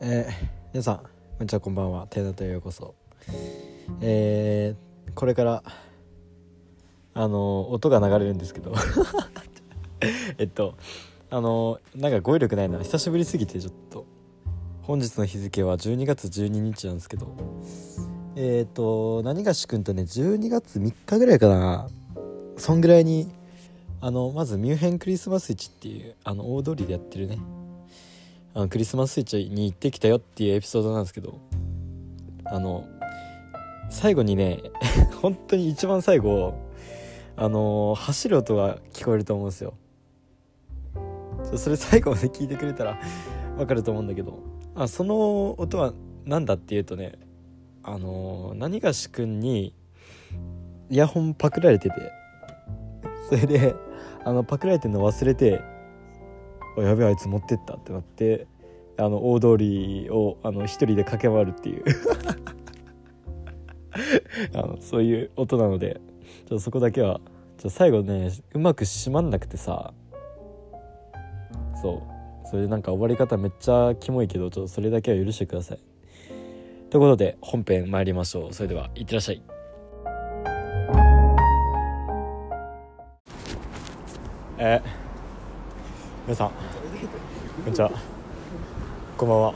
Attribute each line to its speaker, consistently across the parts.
Speaker 1: えー皆さんこんにちはこんばんはテナとようこそえーこれからあの音が流れるんですけど えっとあのなんか語彙力ないな久しぶりすぎてちょっと本日の日付は12月12日なんですけどえっ、と何がし君とね12月3日ぐらいかなそんぐらいにあのまずミュンヘンクリスマス市っていうあの大通りでやってるねあのクリスマス市に行ってきたよっていうエピソードなんですけどあの最後にね 本当に一番最後あの走る音が聞こえると思うんですよちょそれ最後まで聞いてくれたらわかると思うんだけどあその音は何だっていうとねあの何がし君にイヤホンパクられててそれであのパクられてるの忘れて「あやべえあいつ持ってった」ってなってあの大通りをあの一人で駆け回るっていう あのそういう音なのでちょっとそこだけはちょっと最後ねうまく閉まんなくてさそうそれでなんか終わり方めっちゃキモいけどちょっとそれだけは許してください。ということで本編参りましょうそれではいってらっしゃいえー、皆さんこんにちはこんばんは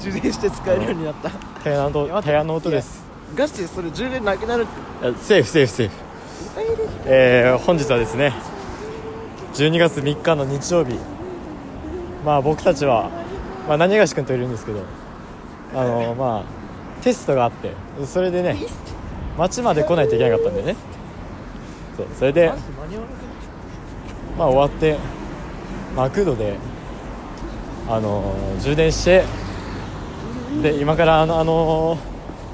Speaker 2: 充電して使えるようになった
Speaker 1: タイヤのタイヤの音です
Speaker 2: ガチでそれ充電なくなるって
Speaker 1: いやセーフセーフセーフえー、本日はですね12月3日の日曜日まあ僕たちは、まあ、何がし君といるんですけどあのまあテストがあってそれでね町まで来ないといけなかったんでねそうそれでまあ終わってマクドであの充電してで今からあのあの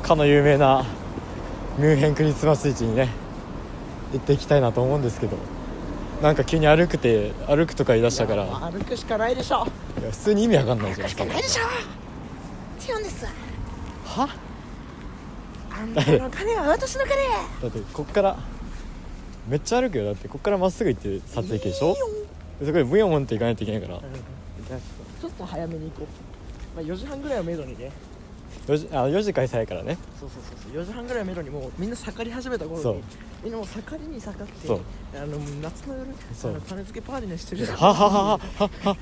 Speaker 1: かの有名なミュンヘンクリスマス市にね行っていきたいなと思うんですけどなんか急に歩くて歩くとか言い出したからい
Speaker 2: 歩くしかないでしょ
Speaker 1: や普通に意味わかんないじゃん
Speaker 2: ないでしょ違うんです
Speaker 1: は
Speaker 2: あんたの金は私の金
Speaker 1: だってこっからめっちゃ歩くよだってこっからまっすぐ行って撮影機でしょでそこでブヨモンって行かないといけないから
Speaker 2: ちょっと早めに行こう、まあ、4時半ぐらいをめどにね
Speaker 1: 4時あ4時開催やからね
Speaker 2: そうそうそうそう4時半ぐらいをめどにもうみんな盛り始めた頃
Speaker 1: そう
Speaker 2: にみんなもう盛りに盛って
Speaker 1: そう
Speaker 2: あの夏の夜
Speaker 1: そう
Speaker 2: あの金付けパーティーのしてる
Speaker 1: はははははは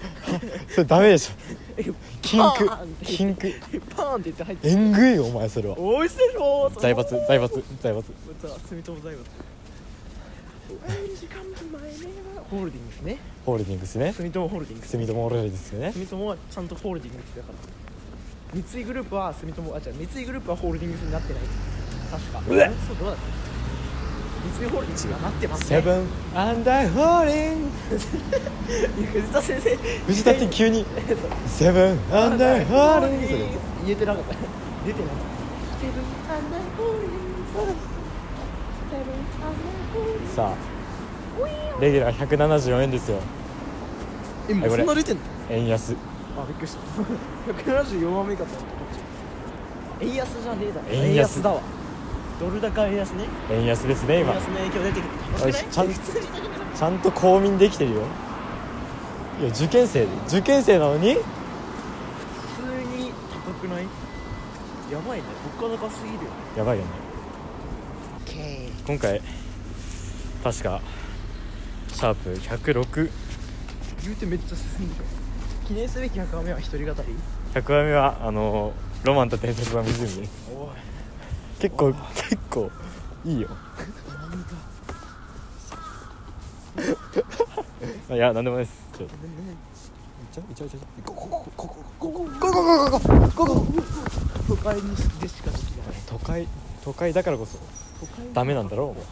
Speaker 1: それダメでしょ禁
Speaker 2: パーンっ
Speaker 1: 句
Speaker 2: て
Speaker 1: 禁句
Speaker 2: パーンって言って入って
Speaker 1: えんぐいよお前それは
Speaker 2: おいしろ
Speaker 1: 財閥財閥財閥
Speaker 2: 住友財閥1時間前はホールディングスね
Speaker 1: ホールディングスね
Speaker 2: 住友ホールディングス
Speaker 1: 住友オールディングスね
Speaker 2: 住友はちゃんとホールディングスだから三井グループは住友あ違う三井グループはホールディングスになってない確か
Speaker 1: うわっ
Speaker 2: そうどうだった三井ホールディングスはなってます
Speaker 1: セ
Speaker 2: ね
Speaker 1: ブンアンダーホーリング
Speaker 2: 藤田先生
Speaker 1: 藤田って急にセブンアンダーホーリングス
Speaker 2: 言えてなかった出てなかったセブンアンダーホールディングスセブンアンダーホールディング
Speaker 1: さあレギュラー174円ですよ
Speaker 2: スえもう
Speaker 1: これ
Speaker 2: そんな出てんの
Speaker 1: 円安
Speaker 2: あびっくりした174万目かと思ったこっち円安じゃねえだろ
Speaker 1: 円安
Speaker 2: だわドル高円安ね
Speaker 1: 円安ですね
Speaker 2: 円
Speaker 1: 今
Speaker 2: 安の影響出てきて
Speaker 1: お
Speaker 2: 楽
Speaker 1: い
Speaker 2: しくない
Speaker 1: ちゃん
Speaker 2: 普通に
Speaker 1: ちゃんと公民できてるよいや受験生受験生なのに
Speaker 2: 普通に高くないやばいね物価高すぎるよ
Speaker 1: やばいよね今回確かシャープ106
Speaker 2: 言うてめっちゃ進んでる記念すべき100話目は一人語り
Speaker 1: 100話目はあのロマンと伝説の湖」です
Speaker 2: おい
Speaker 1: 結構結構いいよ
Speaker 2: なんだ
Speaker 1: いや何でもないですちょっとちょちょちょちょ
Speaker 2: 都会にでしかできない
Speaker 1: 都会都会だからこそ
Speaker 2: 都会
Speaker 1: ダメなんだろお前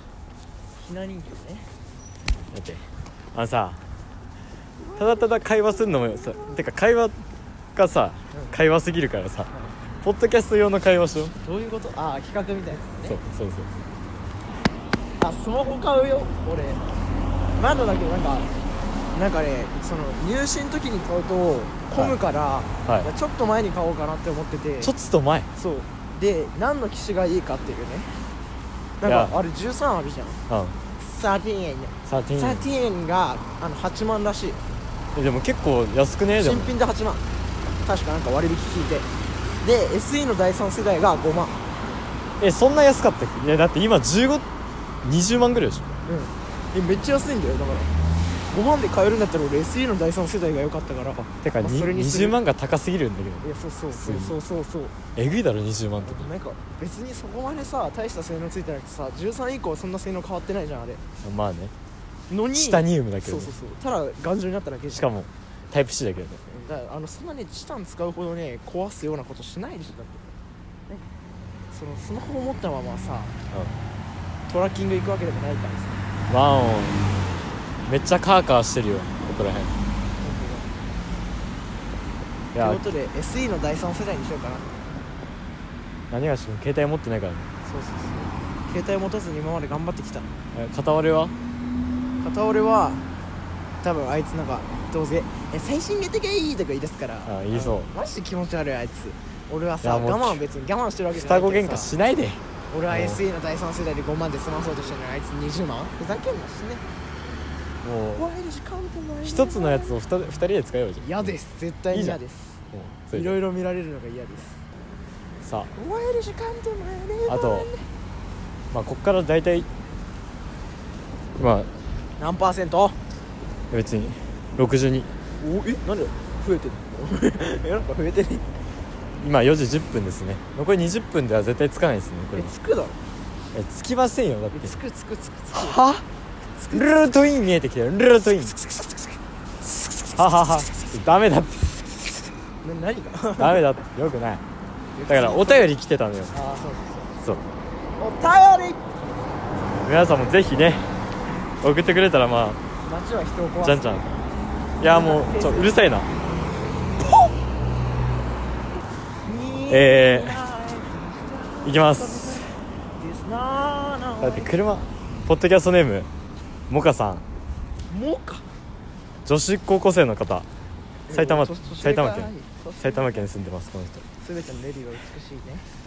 Speaker 2: ひな人形ね
Speaker 1: だってあのさただただ会話するのもさてか会話がさ会話すぎるからさポッドキャスト用の会話しよう
Speaker 2: どういうことああ企画みたいなやつね
Speaker 1: そうそうそう
Speaker 2: あスマホ買うよ俺まだだけどなんかなんかねその入試の時に買うと混むから、
Speaker 1: はい
Speaker 2: ちょっと前に買おうかなって思ってて
Speaker 1: ちょっと前
Speaker 2: そうで何の機種がいいかっていうねなん
Speaker 1: い
Speaker 2: か
Speaker 1: や
Speaker 2: あれ13あるじゃん
Speaker 1: うん
Speaker 2: 13
Speaker 1: 13
Speaker 2: 13があの8万らしい
Speaker 1: えでも結構安くねえで
Speaker 2: 新
Speaker 1: も
Speaker 2: 品で8万確かなんか割引聞いてで SE の第3世代が5万
Speaker 1: えそんな安かったっけいやだって今1520万ぐらいでしょ
Speaker 2: うんえめっちゃ安いんだよだから5万で買えるんだったら俺 SE の第3世代が良かったから
Speaker 1: てか、
Speaker 2: まあ
Speaker 1: に
Speaker 2: それにする
Speaker 1: 20万が高すぎるんだけど
Speaker 2: いやそうそうそうそうそうそう
Speaker 1: えぐいだろ20万とか
Speaker 2: なんか別にそこまでさ大した性能ついてなくてさ13以降そんな性能変わってないじゃんあれ
Speaker 1: まあね
Speaker 2: のに
Speaker 1: チタニウムだけ
Speaker 2: そ
Speaker 1: ど
Speaker 2: う
Speaker 1: ね
Speaker 2: そうそうただ頑丈になっただけじゃん
Speaker 1: しかもタイプ C だけどね
Speaker 2: だからあのそんなにチタン使うほどね壊すようなことしないでしょだって、ね、そのスマホを持ったままさトラッキング行くわけでもないからさ
Speaker 1: ワンオンめっちゃカーカーしてるよここら辺い
Speaker 2: とい
Speaker 1: や
Speaker 2: うことで SE の第3世代にしようかな
Speaker 1: 何がしも携帯持ってないからね
Speaker 2: そうそうそう携帯持たずに今まで頑張ってきた
Speaker 1: え片割れは
Speaker 2: 片俺は多分あいつなんかどうせ「え最新型がいい」とか言い出すから
Speaker 1: あ言いそう
Speaker 2: あのマジで気持ち悪いあいつ俺はさ
Speaker 1: いやもう
Speaker 2: 我慢は別に我慢してるわけじゃな
Speaker 1: 双
Speaker 2: いけ
Speaker 1: 子
Speaker 2: ど
Speaker 1: 喧
Speaker 2: さ
Speaker 1: 嘩しないで
Speaker 2: 俺は
Speaker 1: もう
Speaker 2: SE の第3世代で5万で済まそうとしてるのにあいつ20万ふざけんなしね
Speaker 1: もう
Speaker 2: ワイルしかんとない
Speaker 1: 一つのやつを 2, 人で使えばいいじゃん
Speaker 2: 嫌です絶対に嫌です
Speaker 1: もうそれ
Speaker 2: い
Speaker 1: で
Speaker 2: ろいろ見られるのが嫌です
Speaker 1: さ
Speaker 2: ワイルしかんとない
Speaker 1: ああとまあこっから大体まあ
Speaker 2: 何パーセント
Speaker 1: 別に62
Speaker 2: おえなんで増えて るのえなんか増えてる
Speaker 1: 今4時10分ですね残り20分では絶対つかないですねこれ
Speaker 2: えつくだろ
Speaker 1: えつきませんよだっ
Speaker 2: え
Speaker 1: て
Speaker 2: つくつくつくつく
Speaker 1: はルルトイン見えてきたよルルトインはははダメだって
Speaker 2: な何が
Speaker 1: ダメだってよくないだからお便り来てたのよ
Speaker 2: ああそ
Speaker 1: そう
Speaker 2: うそうそうお便り
Speaker 1: 皆さんもぜひね送ってくれたらま
Speaker 2: 街は人を壊
Speaker 1: あ
Speaker 2: す
Speaker 1: じゃんじゃんいやもうちょうるさいなえいきますだって車ポッドキャストネームモカさん
Speaker 2: もうか
Speaker 1: 女子高校生の方埼玉
Speaker 2: そそ
Speaker 1: 埼玉
Speaker 2: それが
Speaker 1: 県
Speaker 2: 何
Speaker 1: 埼玉県に住んでますこの人
Speaker 2: 全てのレディーが美しいね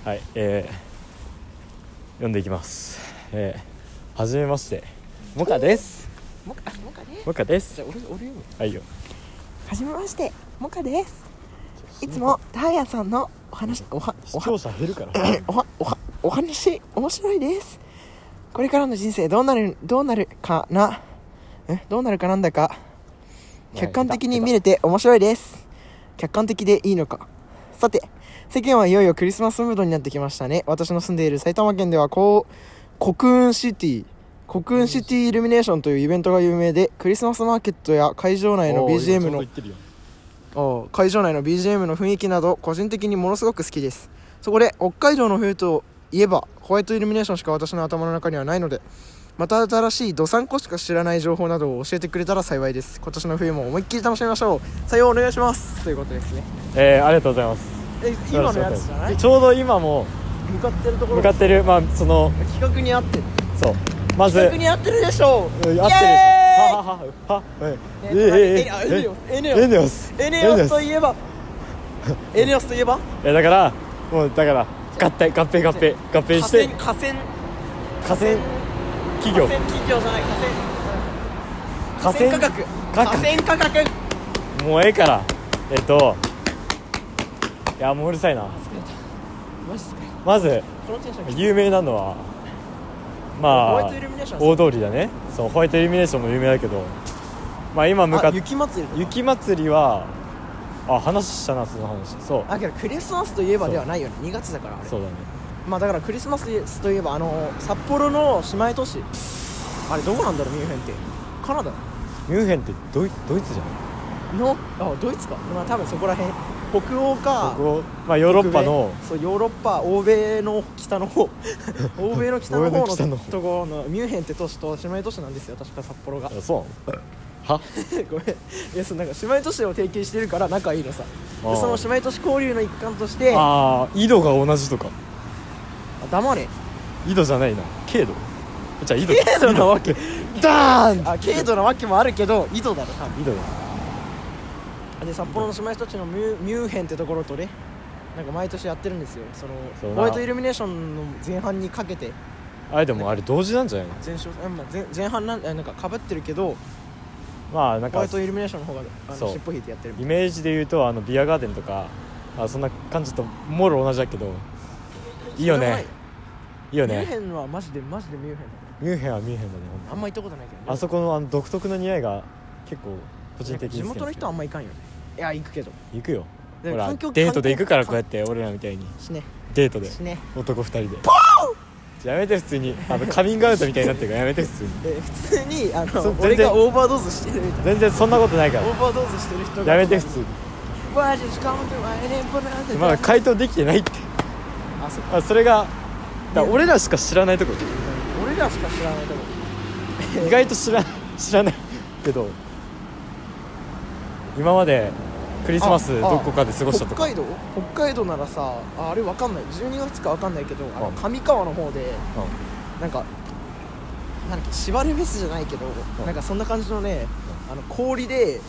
Speaker 1: はい、えー、読んでいきます。えー、はじめまして、モカです。
Speaker 2: もうかもうかね
Speaker 1: モカで
Speaker 2: じ
Speaker 1: す
Speaker 2: ゃ。あ俺俺読む
Speaker 1: はいよ。
Speaker 2: はじめましてもかですいつもたーやさんのお話おはお
Speaker 1: 視
Speaker 2: は
Speaker 1: 聴者減るから。
Speaker 2: おはおはお話面白いですこれからの人生どうなるどうなるかなえどうなるかなんだか客観的に見れて面白いです客観的でいいのかさて世間はいよいよクリスマスムードになってきましたね私の住んでいる埼玉県ではこう国運シティ国運シティイルミネーションというイベントが有名でクリスマスマーケットや会場内の BGM のああ会場内の BGM の雰囲気など個人的にものすごく好きですそこで北海道の冬といえばホワイトイルミネーションしか私の頭の中にはないのでまた新しいどさんこしか知らない情報などを教えてくれたら幸いです今年の冬も思いっきり楽しみましょうさようお願いしますということですね
Speaker 1: えー、ありがとうございます。
Speaker 2: え今のやつじゃない
Speaker 1: ちょうど今も
Speaker 2: 向かってるところ
Speaker 1: 向かってる、まあ、その、
Speaker 2: 企画に合ってる
Speaker 1: そう、まず、うん合って
Speaker 2: 企画に合ってるでしょう
Speaker 1: るでしょ。は
Speaker 2: イエ
Speaker 1: ははは、はい
Speaker 2: ー
Speaker 1: え
Speaker 2: イ
Speaker 1: ええ
Speaker 2: あ
Speaker 1: え
Speaker 2: エネオスエネ
Speaker 1: エ
Speaker 2: オ
Speaker 1: ネ
Speaker 2: ス
Speaker 1: オス。
Speaker 2: エネオスと
Speaker 1: い
Speaker 2: いえばエネオスといえば
Speaker 1: や、だから、もう、だから、合体、合併、合併、合併
Speaker 2: 河
Speaker 1: して
Speaker 2: 川、河川
Speaker 1: 河川企業
Speaker 2: 河。川企業じゃない
Speaker 1: 河
Speaker 2: 河川
Speaker 1: 川
Speaker 2: 格
Speaker 1: 価格
Speaker 2: 価格
Speaker 1: もうええからえっといやもううるさいな
Speaker 2: マジっすか
Speaker 1: まず
Speaker 2: このテンション
Speaker 1: 有名なのは
Speaker 2: ホ
Speaker 1: ま
Speaker 2: ワイ
Speaker 1: あ
Speaker 2: トイルミネーション
Speaker 1: 大通りだねそうホワイトイルミネーションも有名だけどまあ今向か
Speaker 2: あ
Speaker 1: って
Speaker 2: 雪祭りとか
Speaker 1: 雪祭りはあ話したなその話そう
Speaker 2: あけどクリスマスといえばではないよね2月だからあれ
Speaker 1: そうだね
Speaker 2: まあだからクリスマスといえばあの札幌の姉妹都市あれどこなんだろうミュンヘンってカナダ
Speaker 1: ミュンヘンってドイドイツじゃん
Speaker 2: のあドイツかまあ多分そこら辺北欧か
Speaker 1: ここまあヨーロッパの
Speaker 2: 北米そうヨーロッパ欧米の北の 方欧米の北の
Speaker 1: 欧米の北
Speaker 2: 方
Speaker 1: の
Speaker 2: の
Speaker 1: 方
Speaker 2: ところのミュンヘンって都市と姉妹都市なんですよ確か札幌が
Speaker 1: あそうなのは
Speaker 2: ごめんいやそうなんか姉妹都市を提携してるから仲いいのさ
Speaker 1: あー
Speaker 2: でその姉妹都市交流の一環としてあ
Speaker 1: ああ井戸が同じとか
Speaker 2: 黙れ
Speaker 1: 井戸じゃないな軽度じゃあ井戸
Speaker 2: 軽度なわけ
Speaker 1: ダーン
Speaker 2: あ軽度なわけもあるけど井戸だろ多
Speaker 1: 井戸だ
Speaker 2: 分で札幌の姉妹都市のミュミュンヘンってところとねなんか毎年やってるんですよその
Speaker 1: そうな
Speaker 2: ホワイトイルミネーションの前半にかけて
Speaker 1: あれでもあれ同時なんじゃないの
Speaker 2: 前哨あまあ前前半なんあなんかかぶってるけど
Speaker 1: まあなん
Speaker 2: ホ
Speaker 1: か
Speaker 2: ワイトイルミネーションの方があ
Speaker 1: そ
Speaker 2: の
Speaker 1: う
Speaker 2: 尻尾引いてやってる
Speaker 1: イメージで言うとあのビアガーデンとかあそんな感じともろ同じだけどいいよねいいよ
Speaker 2: ミュン
Speaker 1: ね
Speaker 2: ヘンはマジでマジでミュンヘン
Speaker 1: ミュンヘンはミュンヘンだねほん
Speaker 2: あ
Speaker 1: と
Speaker 2: んま行ったことないけどね
Speaker 1: あそこのあの独特の匂いが結構個人的に
Speaker 2: 地
Speaker 1: 好きな
Speaker 2: 元
Speaker 1: ん
Speaker 2: の
Speaker 1: ですけ
Speaker 2: 人
Speaker 1: ど
Speaker 2: はあんま行かんよねいや行くけど
Speaker 1: 行くよ
Speaker 2: で
Speaker 1: ほ
Speaker 2: も
Speaker 1: ら
Speaker 2: 環境
Speaker 1: デートで行くからこうや
Speaker 2: 環
Speaker 1: って俺らみたいに
Speaker 2: しね
Speaker 1: デートで
Speaker 2: しね
Speaker 1: 男2人でやめて普通にあのカミングアウトみたいになってるからやめて普通に
Speaker 2: え普通に あ
Speaker 1: そ
Speaker 2: の
Speaker 1: う
Speaker 2: 俺
Speaker 1: 全然
Speaker 2: がオーバードーズしてるみたい
Speaker 1: 全然そんなことないか
Speaker 2: なオーバードーズしてる人
Speaker 1: ら
Speaker 2: が
Speaker 1: やめて普通に
Speaker 2: わーじゃあ時間もでもあれねこれなんて
Speaker 1: まだ回答できてないって
Speaker 2: あそっか
Speaker 1: あそれがだから俺らしか知らないとこ
Speaker 2: 俺らしか知らないとこ
Speaker 1: 意外と知ら知らないけど今までクリスマス
Speaker 2: ああ
Speaker 1: どこかで過ごしたと
Speaker 2: 北
Speaker 1: か
Speaker 2: 海道北海道ならさああれわかんない12月かわかんないけどあ
Speaker 1: う
Speaker 2: の
Speaker 1: ん
Speaker 2: 上川の方でなんかなんだっけ縛りフェスじゃないけど
Speaker 1: うん
Speaker 2: なんかそんな感じのねあの氷で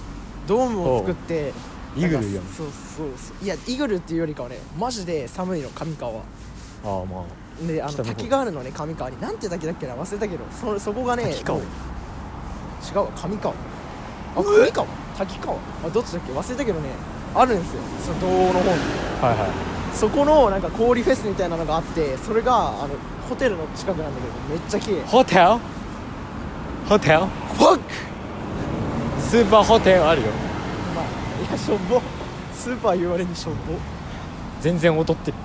Speaker 2: ドームを作って
Speaker 1: イーグルやん
Speaker 2: なんかそうそうそういやイーグルっていうよりかはねマジで寒いの上川
Speaker 1: ああまあ
Speaker 2: であの
Speaker 1: 北の方
Speaker 2: 滝があるのね上川になんて滝だっけな忘れたけどそそこがね
Speaker 1: 滝川
Speaker 2: もう違うわ上川あ上川滝川あどっちだっけ忘れたけどねあるんですよその道央の方に
Speaker 1: はいは
Speaker 2: そこのなんか氷フェスみたいなのがあってそれがあのホテルの近くなんだけどめっちゃ綺麗
Speaker 1: いホテルホテル
Speaker 2: ファック
Speaker 1: スーパーホテルあるよ
Speaker 2: まあいやしょぼスーパー言われにしょぼ
Speaker 1: 全然劣ってる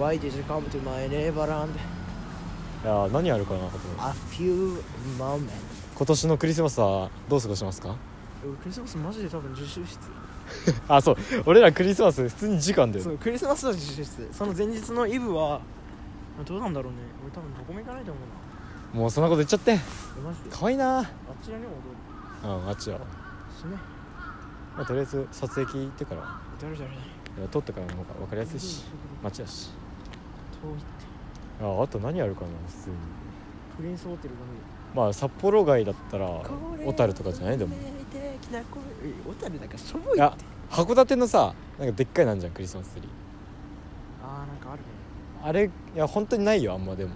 Speaker 2: Why did you come to my neighborland
Speaker 1: いやー何あるかなと思って
Speaker 2: a few moments
Speaker 1: 今年のクリスマスはどう過ごしますか
Speaker 2: クリスマスマジで多分自習室
Speaker 1: あそう俺らクリスマス普通に時間だよ
Speaker 2: そ
Speaker 1: ね
Speaker 2: うクリスマスは自習室その前日のイブはどうなんだろうね俺多分どこも行かないと思うな
Speaker 1: もうそんなこと言っちゃって
Speaker 2: えマジであ
Speaker 1: 可愛いな
Speaker 2: ちらにも踊
Speaker 1: うんあっちは、
Speaker 2: るしね
Speaker 1: まあ、とりあえず撮影機行ってから
Speaker 2: 誰誰誰
Speaker 1: いや撮ってからの方が分かりやすいし街やし
Speaker 2: 遠いって
Speaker 1: ああと何あるかな普通に
Speaker 2: プリンスホテルが見える
Speaker 1: まあ札幌街だったら小
Speaker 2: 小
Speaker 1: 樽
Speaker 2: 樽
Speaker 1: とかじゃないでも
Speaker 2: 小樽なんかしょぼいって
Speaker 1: いや函館のさなんかでっかいなんじゃんクリスマスツリー
Speaker 2: あーなんかあるね
Speaker 1: あれいや本当にないよあんまでも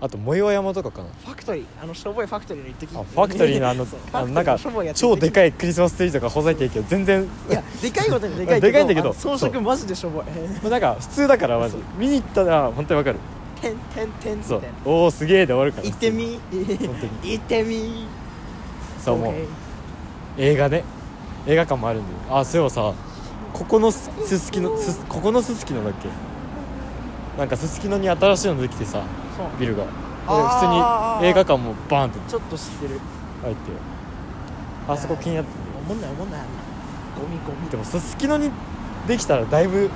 Speaker 1: あと藻岩山とかかな
Speaker 2: ファクトリーあのしょぼいファクトリーの一滴
Speaker 1: あファクトリーのあの
Speaker 2: そう
Speaker 1: あのなんか
Speaker 2: ファクトリーのしょぼいやつ
Speaker 1: 超でかいクリスマスツリーとかほざいてるけど全然
Speaker 2: いやでかいことにでかい
Speaker 1: でかいんだけど
Speaker 2: あの装
Speaker 1: そ
Speaker 2: 飾
Speaker 1: う
Speaker 2: マジでしょぼい
Speaker 1: もうなんか普通だからまず
Speaker 2: そう
Speaker 1: 見に行ったら本当に分かる
Speaker 2: てんてんてんみた
Speaker 1: そ
Speaker 2: いうな
Speaker 1: おおすげえで終わるから
Speaker 2: 行ってみ
Speaker 1: 本当に
Speaker 2: 行ってみ
Speaker 1: そうもう
Speaker 2: OK
Speaker 1: 映画ね映画館もあるんであそういえばさここのすすすきのすここのすすきのだっけなんかすすきのに新しいのできてさ
Speaker 2: そう
Speaker 1: ビルが普
Speaker 2: あー
Speaker 1: 通に映画館もバーンって
Speaker 2: ちょっと知ってる
Speaker 1: 入ってあそこ気になって
Speaker 2: おもんないおもんないあんなゴミゴミ
Speaker 1: でもすすきのにできたらだいぶ
Speaker 2: いや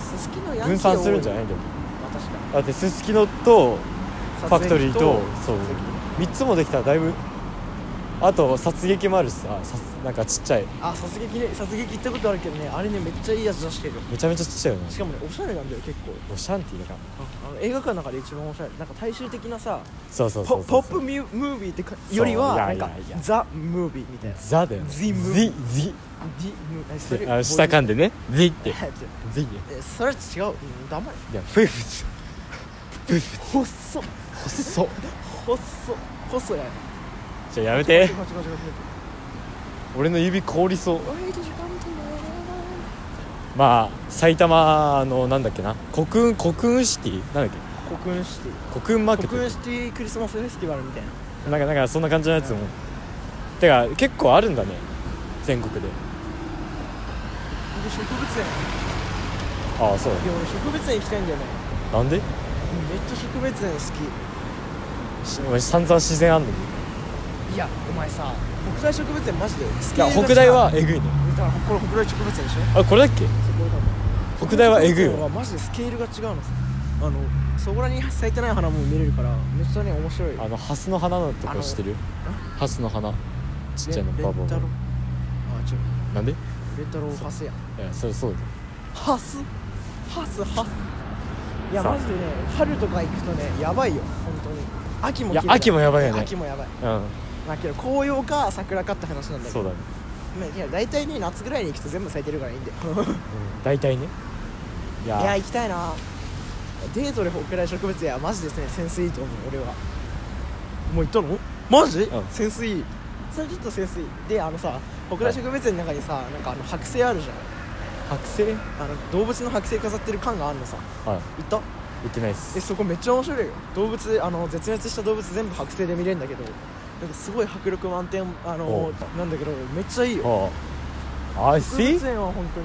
Speaker 2: すすきのヤンキー
Speaker 1: 分散するんじゃないいでも
Speaker 2: 確かに
Speaker 1: だってすすきのとファクトリーと
Speaker 2: 撮
Speaker 1: そう
Speaker 2: 影
Speaker 1: 3
Speaker 2: 機
Speaker 1: つもできたらだいぶあと殺撃もあるしささなんかちっちゃい
Speaker 2: あ殺撃ね殺撃行ったことあるけどねあれねめっちゃいいやつ出してる
Speaker 1: めちゃめちゃちっちゃいよね
Speaker 2: しかもねおしゃれなんだよ結構
Speaker 1: おシャンティーだから
Speaker 2: あの映画館の中で一番おしゃれなんか大衆的なさ
Speaker 1: そうそう
Speaker 2: ポ
Speaker 1: そう
Speaker 2: ポ
Speaker 1: そう
Speaker 2: ップミュムービーってか
Speaker 1: そう
Speaker 2: よりはい
Speaker 1: や
Speaker 2: なん
Speaker 1: いや
Speaker 2: か
Speaker 1: いや
Speaker 2: ザ・ムービーみたいな
Speaker 1: ザだよね
Speaker 2: The
Speaker 1: ズ
Speaker 2: movie
Speaker 1: ズ
Speaker 2: ディムえそ
Speaker 1: で
Speaker 2: れ
Speaker 1: あ下噛んでね「ぜ」っ
Speaker 2: え
Speaker 1: て「ぜ」い
Speaker 2: えそれ違ううん黙れ
Speaker 1: やフーフツフー フ
Speaker 2: 細っ
Speaker 1: ツ細っ
Speaker 2: 細っ細やね
Speaker 1: じゃやめて
Speaker 2: ちょこちょこちょこ
Speaker 1: 俺の指凍りそう
Speaker 2: ちょこ Why did you come to my island?
Speaker 1: まあ埼玉のなんだっけな国運国運シティなんだっ
Speaker 2: 国運シテ
Speaker 1: け国運マーケ
Speaker 2: ィ
Speaker 1: ット
Speaker 2: 国運シティクリスマスフェスティバルみたいな
Speaker 1: なんかなんかそんな感じのやつもてか結構あるんだね全国で
Speaker 2: 俺植物園
Speaker 1: ああそう
Speaker 2: いや俺植物園行きたいんだよね
Speaker 1: なんで
Speaker 2: めっちゃ植物園好
Speaker 1: しお前散々自然あんのに
Speaker 2: きいやお前さ北大植物園マジで好き
Speaker 1: いや北大はえぐいね
Speaker 2: だからこれ北大植物園でしょ
Speaker 1: あこれだっけ
Speaker 2: そこだ
Speaker 1: 北大はえぐいわ
Speaker 2: マジでスケールが違うのさあのそこらに咲いてない花も見れるからめっちゃね面白いよ
Speaker 1: あのハスの花のとこ知ってるハスの花ちっちゃいの
Speaker 2: レ
Speaker 1: バボ
Speaker 2: レンタローあ違う
Speaker 1: なんでい
Speaker 2: レンタローハスや
Speaker 1: やそれそうだよ
Speaker 2: ハスハスハスいや
Speaker 1: さあ
Speaker 2: マジでね春とか行くとねやばいよ本当に秋も
Speaker 1: いや
Speaker 2: 綺麗だ
Speaker 1: 秋もやばいよね
Speaker 2: 秋もやばい
Speaker 1: うん
Speaker 2: まあけど紅葉か桜かって話なんだけど
Speaker 1: そうだね、
Speaker 2: まあいや大体ね夏ぐらいに行くと全部咲いてるからいい んだよ
Speaker 1: うん、大体ねいや
Speaker 2: いや行きたいなデートで北大植物園はマジですねセンスいいと思う俺はもう行ったのマジ、
Speaker 1: ん
Speaker 2: センスいいそれちょっとセンスいいであのさ小倉植物園の中にさなんかあの剥製あるじ
Speaker 1: 剥製
Speaker 2: ゃんあの動物の剥製飾ってる缶があるのさ
Speaker 1: はい
Speaker 2: 行った
Speaker 1: 言ってないっす
Speaker 2: えそこめっちゃ面白いよ動物あの絶滅した動物全部剥製で見れるんだけどなんかすごい迫力満点あの
Speaker 1: お
Speaker 2: なんだけどめっちゃいいよ
Speaker 1: はあ I
Speaker 2: 動物
Speaker 1: see?
Speaker 2: 園は本当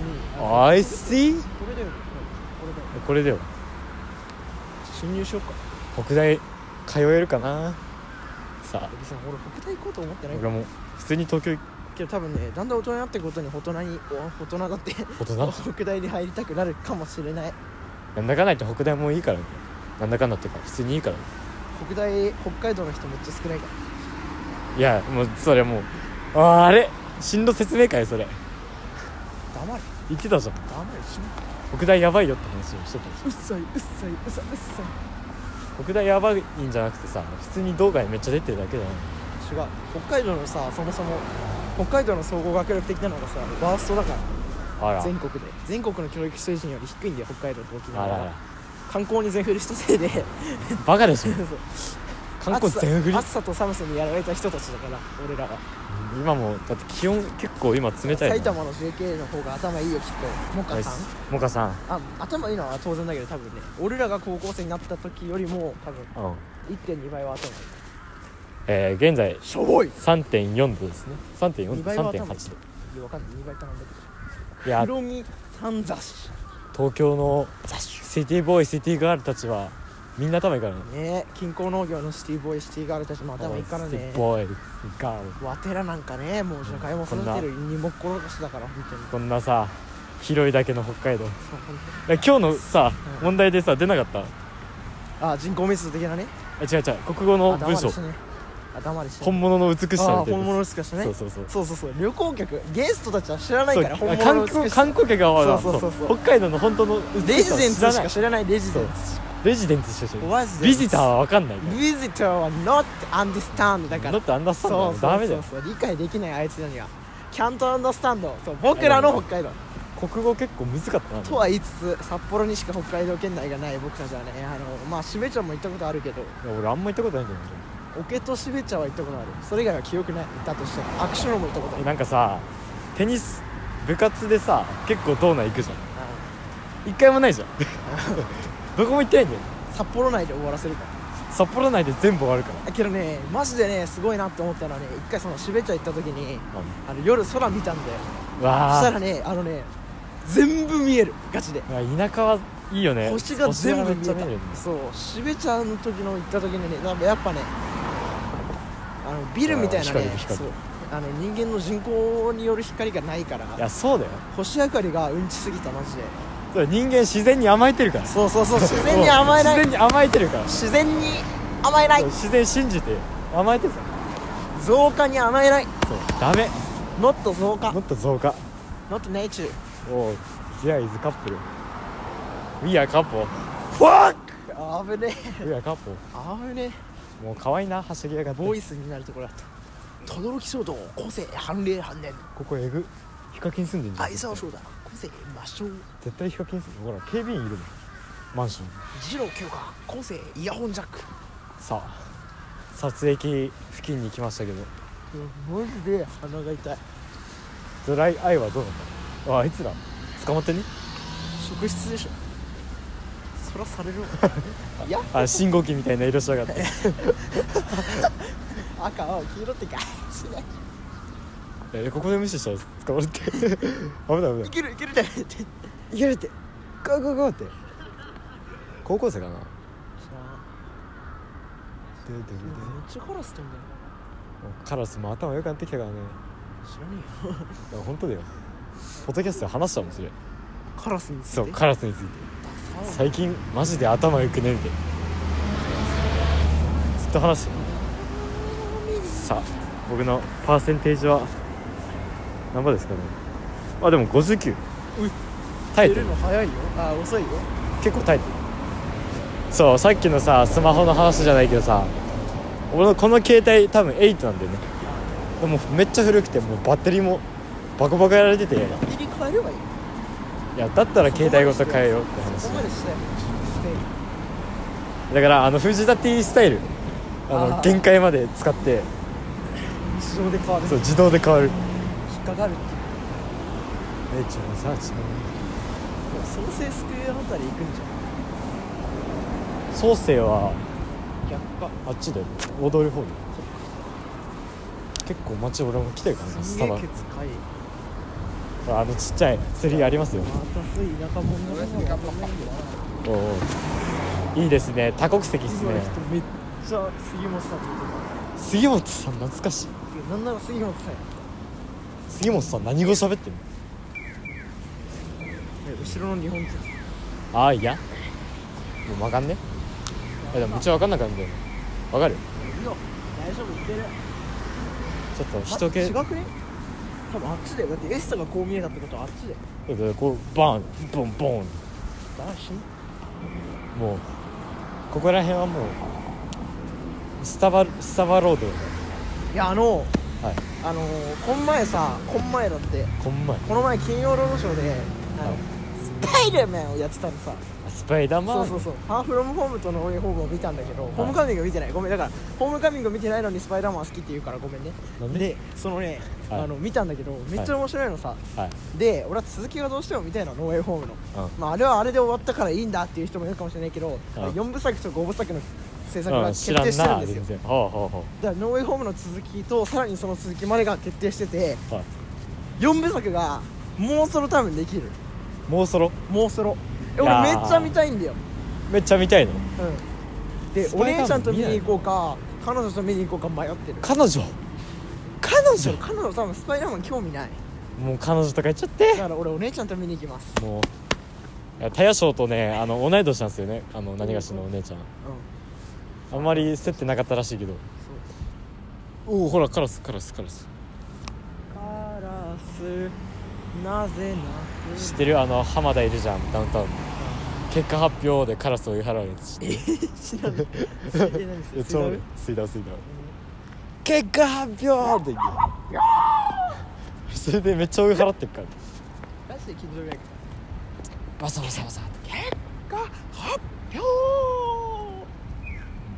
Speaker 2: にあ
Speaker 1: I see?
Speaker 2: これだよねこれだよ
Speaker 1: これだよ
Speaker 2: 侵入しようか
Speaker 1: 北大通えるかなさあ
Speaker 2: 別に俺北大行こうと思ってない
Speaker 1: 俺も普通に東京行
Speaker 2: けど多分ねだんだん大人になっていくことに大人にお大人だって
Speaker 1: くことな
Speaker 2: 北大に入りたくなるかもしれない
Speaker 1: なんだかんだ言って北大もいいからねなんだかんだっていうか普通にいいからね
Speaker 2: 北大北海道の人めっちゃ少ないから
Speaker 1: いやもうそれもうあーあれ進路説明会それ
Speaker 2: 黙れ
Speaker 1: 言ってたじゃん
Speaker 2: 黙れしん
Speaker 1: 北大やばいよって話をしてたじ
Speaker 2: うっさいうっさいうっさいうっさい
Speaker 1: ゃん北大やばいんじゃなくてさ普通に道外めっちゃ出てるだけだよ
Speaker 2: 違う北海道のさそもそも北海道の総合学力的なのがさワーストだか
Speaker 1: あ
Speaker 2: ら
Speaker 1: ら
Speaker 2: 全国で全国の教育水準より低いんだよ北海道と沖
Speaker 1: あ
Speaker 2: 縄
Speaker 1: らあ
Speaker 2: は
Speaker 1: ら
Speaker 2: 観光に全振りしたせいで そう
Speaker 1: バカでしょ
Speaker 2: そう
Speaker 1: 観光全振り
Speaker 2: 暑さ暑さと寒さにやられた人たちだから俺らは
Speaker 1: 今もだって気温結構今冷たい
Speaker 2: 埼玉の JK の方が頭いいよきっとモ
Speaker 1: ナ
Speaker 2: カ
Speaker 1: イ
Speaker 2: さん
Speaker 1: スモカさん
Speaker 2: あ頭いいのは当然だけど多分ね俺らが高校生になった時よりも多分
Speaker 1: うん
Speaker 2: 1.2倍は頭いい
Speaker 1: えー現在
Speaker 2: しょぼい
Speaker 1: 3.4度ですね3.4
Speaker 2: 二
Speaker 1: 度
Speaker 2: 倍は頭
Speaker 1: 3.8度
Speaker 2: いやわかんない2倍かなんだけ
Speaker 1: い
Speaker 2: ど
Speaker 1: や
Speaker 2: 黒み三雑誌
Speaker 1: 東京のシティボーイシティガールたちはみんな頭いいからね
Speaker 2: ねえ近郊農業のシティボーイシティガールたちも頭いいから
Speaker 1: シテ
Speaker 2: ね
Speaker 1: ィボーイガール
Speaker 2: わてらなんかねもう社会も育てるにもっころしだから本当に
Speaker 1: こんなさ広いだけの北海道
Speaker 2: そう本
Speaker 1: え今日のさ
Speaker 2: うん
Speaker 1: 問題でさ出なかった
Speaker 2: 当あ人口密度的なね
Speaker 1: あ違う違う国語
Speaker 2: あ
Speaker 1: の
Speaker 2: 黙り
Speaker 1: 文章
Speaker 2: したねあ黙りした
Speaker 1: 本物の美しさ
Speaker 2: あ
Speaker 1: みたいな
Speaker 2: 本物ですかしね
Speaker 1: そうそうそう
Speaker 2: そうそうそう旅行客ゲストたちは知らない
Speaker 1: そう
Speaker 2: から本物
Speaker 1: 観
Speaker 2: の美
Speaker 1: 光
Speaker 2: しさ
Speaker 1: 観光客がわざ
Speaker 2: そうそうそうそう
Speaker 1: 北海道の本当の
Speaker 2: レ
Speaker 1: 美し
Speaker 2: ジ
Speaker 1: さを
Speaker 2: デン
Speaker 1: 知
Speaker 2: ツ
Speaker 1: ら
Speaker 2: し
Speaker 1: ない
Speaker 2: か知らないレジデンツ
Speaker 1: レジデンツしか知らない
Speaker 2: ワズ
Speaker 1: ビジターは分かんないから
Speaker 2: ビジターは not understand だか
Speaker 1: だ
Speaker 2: ら
Speaker 1: ってあんなさ
Speaker 2: そ
Speaker 1: ん
Speaker 2: う
Speaker 1: ダ
Speaker 2: そう
Speaker 1: メだ
Speaker 2: そう
Speaker 1: よ
Speaker 2: そう理解できないあいつらには can't understand そう僕らの北海道
Speaker 1: 国語結構難かったな
Speaker 2: とは言いつつ札幌にしか北海道県内がない僕たちはねあのまあ標茶も行ったことあるけど
Speaker 1: いや俺あんま行ったことないんだよね
Speaker 2: 桶と標茶は行ったことあるそれ以外は記憶ないだとしても握手のも行ったことあ
Speaker 1: え
Speaker 2: る
Speaker 1: なんかさテニス部活でさ結構道内行くじゃん一回も ないじゃんどこも行ってないんだよ
Speaker 2: うん札幌内で終わらせるから
Speaker 1: 札幌内で全部終わるから
Speaker 2: だけどねマジでねすごいなって思ったのはね一回その標茶行った時に
Speaker 1: う
Speaker 2: あの夜空見たんだよそした
Speaker 1: わ
Speaker 2: らねあのね全部見えるガチで
Speaker 1: ー田舎はいいよね
Speaker 2: 星が全部見え
Speaker 1: 星が
Speaker 2: た
Speaker 1: めっちゃるね
Speaker 2: そう標茶の時の行った時にねなんかやっぱねあのビルみたいなね
Speaker 1: あー光る光
Speaker 2: そ
Speaker 1: る
Speaker 2: うあの人間の人工による光がないから
Speaker 1: いやそうだよ
Speaker 2: 星明かりがうんちすぎたマジで
Speaker 1: それ人間自然に甘えてるから
Speaker 2: そうそうそう自然に甘えな
Speaker 1: 自
Speaker 2: い
Speaker 1: 然に甘えてるから
Speaker 2: 自然に甘えない
Speaker 1: そう自然信じて甘えてるから
Speaker 2: 増加に甘えない
Speaker 1: そうダメ
Speaker 2: ノット増加
Speaker 1: もっと増加
Speaker 2: ノットネイチュー
Speaker 1: おう There is couple We are couple
Speaker 2: ファックあぶねえ
Speaker 1: We are couple
Speaker 2: あぶねえ
Speaker 1: もう可愛いなはしゃぎやがって
Speaker 2: ボイスになるところだった轟衝動個性判例判年
Speaker 1: ここえぐヒカキン住んでんじゃん
Speaker 2: 愛沢衝だ個性魔性
Speaker 1: 絶対ヒカキン住んでるほら警備員いるもんマンション
Speaker 2: 二郎強化個性イヤホンジャック
Speaker 1: さあ撮影機付近に来ましたけど
Speaker 2: マジで鼻が痛い
Speaker 1: ドライアイはどうなったのああいつら捕まってね
Speaker 2: 職質でしょそらされる わいや
Speaker 1: あ信号機みたいな色しやがって
Speaker 2: 赤青黄色ってかしない
Speaker 1: えここで無視したら捕まるって 危ない危ない
Speaker 2: いけるいけるだよっていけるって
Speaker 1: ゴーゴーゴーって高校生かなでででで
Speaker 2: めっちゃカラス飛んでる
Speaker 1: カラスも頭良くなってきたからね
Speaker 2: 知らねえよ
Speaker 1: いや本当だよポッドキャストで話したもんそれ
Speaker 2: カラスについて
Speaker 1: そうカラスについて最近マジで頭良くねみたいなずっと話してたさあ僕のパーセンテージは何番ですかねあでも59
Speaker 2: うい
Speaker 1: 耐えて
Speaker 2: 出
Speaker 1: る
Speaker 2: るの早いよあ遅いよ
Speaker 1: 結構耐えてるそうさっきのさスマホの話じゃないけどさ俺のこの携帯多分8なんだよねでもめっちゃ古くてもうバッテリーもバコバコやられてて
Speaker 2: バッテリー変えればいいよ
Speaker 1: いやだったら携帯ごと変えようって話
Speaker 2: そこまでしてして
Speaker 1: だからあの藤田 T スタイルあの
Speaker 2: あー
Speaker 1: 限界まで使って
Speaker 2: 日常で変わる
Speaker 1: そう自動で変わる
Speaker 2: 引っかかるっていう
Speaker 1: えっさ
Speaker 2: でも創生スクエアあたり行くんじゃ
Speaker 1: 創生は
Speaker 2: ん逆か
Speaker 1: あっちだよ大通り方だよ結構街俺も来てるからね
Speaker 2: す
Speaker 1: ス
Speaker 2: ん
Speaker 1: タ
Speaker 2: げえ
Speaker 1: バ
Speaker 2: ケツかい
Speaker 1: あのちっちゃい釣りありますよ
Speaker 2: またすい田舎者の方が危ないよ
Speaker 1: おうおういいですね多国籍っす
Speaker 2: 次
Speaker 1: ね
Speaker 2: の人めっちゃ杉本さんって言って
Speaker 1: 杉本さん懐かしい
Speaker 2: たなんなら杉本さんや
Speaker 1: 杉本さん何語喋ってるの
Speaker 2: え後ろの日本人
Speaker 1: ああいやもう分かんねえでも道分かんなくなるんだよね分かる
Speaker 2: いいよ大丈夫行ってる
Speaker 1: ちょっと人気
Speaker 2: あ違くね多分あっちだよだってエスタがこう見えたってことはあっちだよ
Speaker 1: だってこうバーンボンボン
Speaker 2: だし
Speaker 1: もうここら辺はもうスタバスタバロードよね
Speaker 2: いやあの
Speaker 1: はい
Speaker 2: あのー、こん前さこん前だって
Speaker 1: こんまい
Speaker 2: この前金曜ロードショーであの、
Speaker 1: はい
Speaker 2: スパイダーマンをやってたのさ
Speaker 1: スパイダーマン
Speaker 2: そうそうそう「ファーフロムホームとのウェイホーム」を見たんだけど、ホームカミング見てないごめんだからホームカミング見てないのにスパイダーマン好きって言うからごめんね
Speaker 1: なんで
Speaker 2: そのね、
Speaker 1: はい
Speaker 2: あの見たんだけどめっちゃ面白いのさ、
Speaker 1: はい
Speaker 2: で俺は続きがどうしても見たいのノーウェイホームの、
Speaker 1: うん
Speaker 2: まあ、あれはあれで終わったからいいんだっていう人もいるかもしれないけど、
Speaker 1: うん
Speaker 2: あれ四4部作と5部作の制作
Speaker 1: う
Speaker 2: が
Speaker 1: ん、知ら
Speaker 2: 決定
Speaker 1: ん
Speaker 2: してるん
Speaker 1: な
Speaker 2: ですよ、
Speaker 1: 全
Speaker 2: だ
Speaker 1: 然
Speaker 2: か
Speaker 1: ほうほうほ
Speaker 2: らノーウェイホームの続きとさらにその続きまでが決定してて
Speaker 1: う、はい、
Speaker 2: 4部作がもうそろ多分できる
Speaker 1: もうそろ
Speaker 2: もうそろえ
Speaker 1: いや
Speaker 2: 俺め
Speaker 1: ー
Speaker 2: っちゃ見たいんだよ、
Speaker 1: めっちゃ見たいの
Speaker 2: うん、で
Speaker 1: ス
Speaker 2: お
Speaker 1: パイダーマン
Speaker 2: 姉ちゃんと見に行こうか彼女と見に行こうか迷ってる
Speaker 1: 彼女彼女
Speaker 2: 彼女多分スパイダーマン興味ない
Speaker 1: もう彼女とか言っちゃっ
Speaker 2: だ
Speaker 1: て
Speaker 2: から俺お姉ちゃんと見に行きます
Speaker 1: もういやタヤショーとねあの同い年なんですよねあの何がしのお姉ちゃん
Speaker 2: うん
Speaker 1: あんまり接ってなかったらしいけど
Speaker 2: そう
Speaker 1: おおほらカラスカラスカラス
Speaker 2: カラスなぜな
Speaker 1: 知ってるあの浜田いるじゃんダウンタウン結果発表でカラスを追い払うやつ知ってる
Speaker 2: 知らない知らない
Speaker 1: いや
Speaker 2: です
Speaker 1: ち
Speaker 2: よ
Speaker 1: ょうど水道水道結果発表って言うそれでめっちゃ追い払ってるから
Speaker 2: マジで近所迷惑
Speaker 1: バサバサバサって
Speaker 2: が発表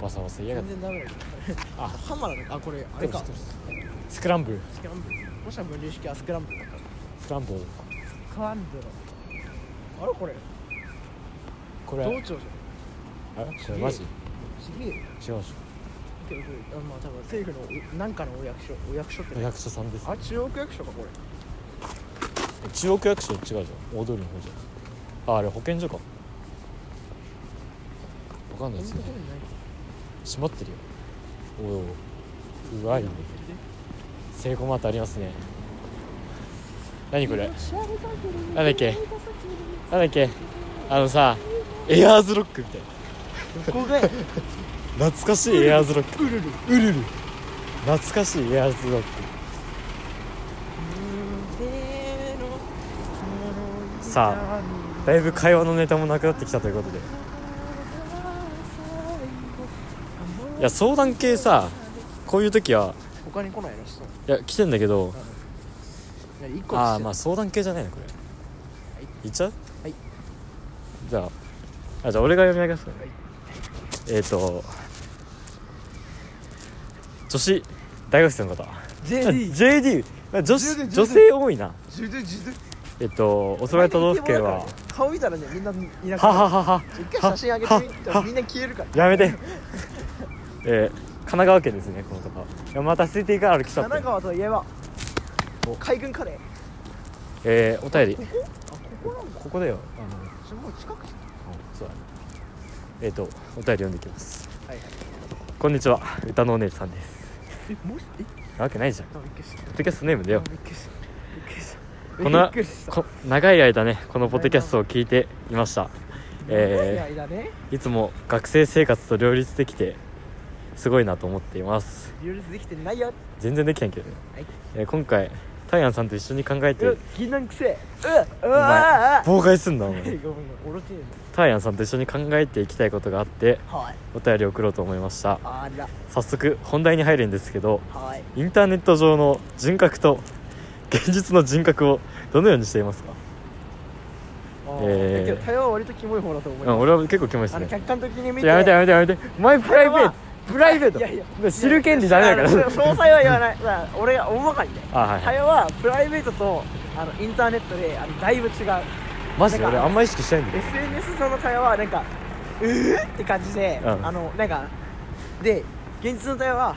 Speaker 1: バサバサ言いやがっ
Speaker 2: 全
Speaker 1: て
Speaker 2: 然ダメだけど
Speaker 1: あ
Speaker 2: ハマだねあこれあれか
Speaker 1: スクランブル
Speaker 2: スクランブルもしは分離式はスクランブルだから
Speaker 1: スクランブル
Speaker 2: スクランブルあれこれ
Speaker 1: これ
Speaker 2: 道庁じゃん
Speaker 1: あれこれマジ
Speaker 2: すげえ
Speaker 1: 違うでし
Speaker 2: けどこれあまあ多分政府のなんかのお役所お役所って
Speaker 1: ょ
Speaker 2: ね
Speaker 1: 役所さんです
Speaker 2: あ中央区役所かこれ
Speaker 1: 中央区役所違うじゃん大通りの方じゃんああれ保健所かわかんないです
Speaker 2: そん
Speaker 1: ね
Speaker 2: なとこにない
Speaker 1: 閉まってるよおいおい怖いねセイコーマートありますね何これなんだっけなんだっけあのさエアーズロックみたい
Speaker 2: どこがや
Speaker 1: な懐かしいエアーズロック
Speaker 2: ウルル
Speaker 1: ウルル懐かしいエアーズロックさだいぶ会話のネタもなくなってきたということでいや相談系さこういう時は
Speaker 2: 他に来ないの人い
Speaker 1: いや来てんだけど
Speaker 2: や一個
Speaker 1: ああ
Speaker 2: して
Speaker 1: まあ相談系じゃないのこれいっちゃう
Speaker 2: はい
Speaker 1: じゃああじゃあ俺が読み上げますからね、えっ、ー、と女子大学生の方
Speaker 2: JD
Speaker 1: JD まあ女子
Speaker 2: 十分十分
Speaker 1: 女性多いな
Speaker 2: ジュドゥジュドゥ
Speaker 1: えっとお住まい都道府県は
Speaker 2: 顔見たらねみんないなく
Speaker 1: は
Speaker 2: な
Speaker 1: は
Speaker 2: る
Speaker 1: はは
Speaker 2: 一回写真あげてみたらみんな消えるから
Speaker 1: やめてえー、神奈川県ですねこの方いやまた空いていから歩きちゃ
Speaker 2: 神
Speaker 1: って
Speaker 2: 奈川といえば
Speaker 1: お
Speaker 2: 海軍カレー
Speaker 1: えー、お便
Speaker 2: こ
Speaker 1: り
Speaker 2: こあここなんだ
Speaker 1: ここだよあの
Speaker 2: すごい近くじ
Speaker 1: そうだねえっ、とお便り読んでいきます
Speaker 2: ゃんはいはい
Speaker 1: こんにちは歌のお姉さんです
Speaker 2: えもしえ
Speaker 1: なわけないじゃん
Speaker 2: あびっくりした
Speaker 1: ポッドキャストネームだ
Speaker 2: あ
Speaker 1: よ
Speaker 2: びっくりしたびっくりした
Speaker 1: この
Speaker 2: びっくりした
Speaker 1: こ長い間ねこのポッドキャストを聞いていましたえ
Speaker 2: 長い間ね
Speaker 1: ーいつも学生生活と両立できてすごいなと思っています
Speaker 2: 両立できてないよ
Speaker 1: 全然できないけどね、
Speaker 2: はい
Speaker 1: えー今回タイアンさんと一緒に考えて
Speaker 2: うっ銀杏くせえうっう
Speaker 1: お前
Speaker 2: わ
Speaker 1: 妨害すんなお
Speaker 2: ごめん
Speaker 1: 前
Speaker 2: ごめんおろてえ
Speaker 1: タイアンさんと一緒に考えていきたいことがあって
Speaker 2: なはい
Speaker 1: お便りを送ろうと思いました
Speaker 2: あら
Speaker 1: 早速本題に入るんですけど
Speaker 2: はい
Speaker 1: インターネット上の人格と現実の人格をどのようにしていますか、
Speaker 2: あー
Speaker 1: えー
Speaker 2: けど台湾は割とキモい方だと思い
Speaker 1: うん、
Speaker 2: ます
Speaker 1: 俺は結構キモいで
Speaker 2: あ
Speaker 1: す
Speaker 2: の
Speaker 1: ね
Speaker 2: 客観的に見て
Speaker 1: やめてやめてやめてマイプライベートプライベート
Speaker 2: いやいや
Speaker 1: 知る権利じゃないか
Speaker 2: あの
Speaker 1: ら
Speaker 2: 詳細は言わないまあ俺が大まかにね
Speaker 1: あはい、はい、
Speaker 2: 早はプライベートとあのインターネットであのだいぶ違う
Speaker 1: マジで
Speaker 2: なん
Speaker 1: 俺
Speaker 2: か
Speaker 1: あんま意識してないんだよ
Speaker 2: SNS 上の会話はなんかうーって感じで、
Speaker 1: うん
Speaker 2: あのなんかで現実の対話は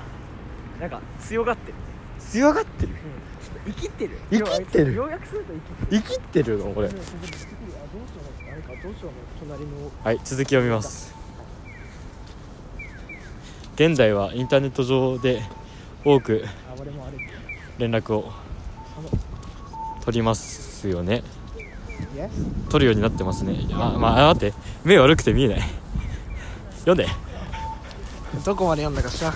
Speaker 2: なんか強がってる
Speaker 1: 強がってる
Speaker 2: ちょっと生きってる
Speaker 1: 生きてる
Speaker 2: 要約すると生きてる
Speaker 1: 生きってるのこれ
Speaker 2: どうしようなんかどうしようも隣の
Speaker 1: はい続き読みます現代はインターネット上で多く
Speaker 2: あ俺もあれ
Speaker 1: 連絡を取りますよね
Speaker 2: Yes
Speaker 1: 取るようになってますねあまああ待って目悪くて見えない読んで
Speaker 3: どこまで読んだかしら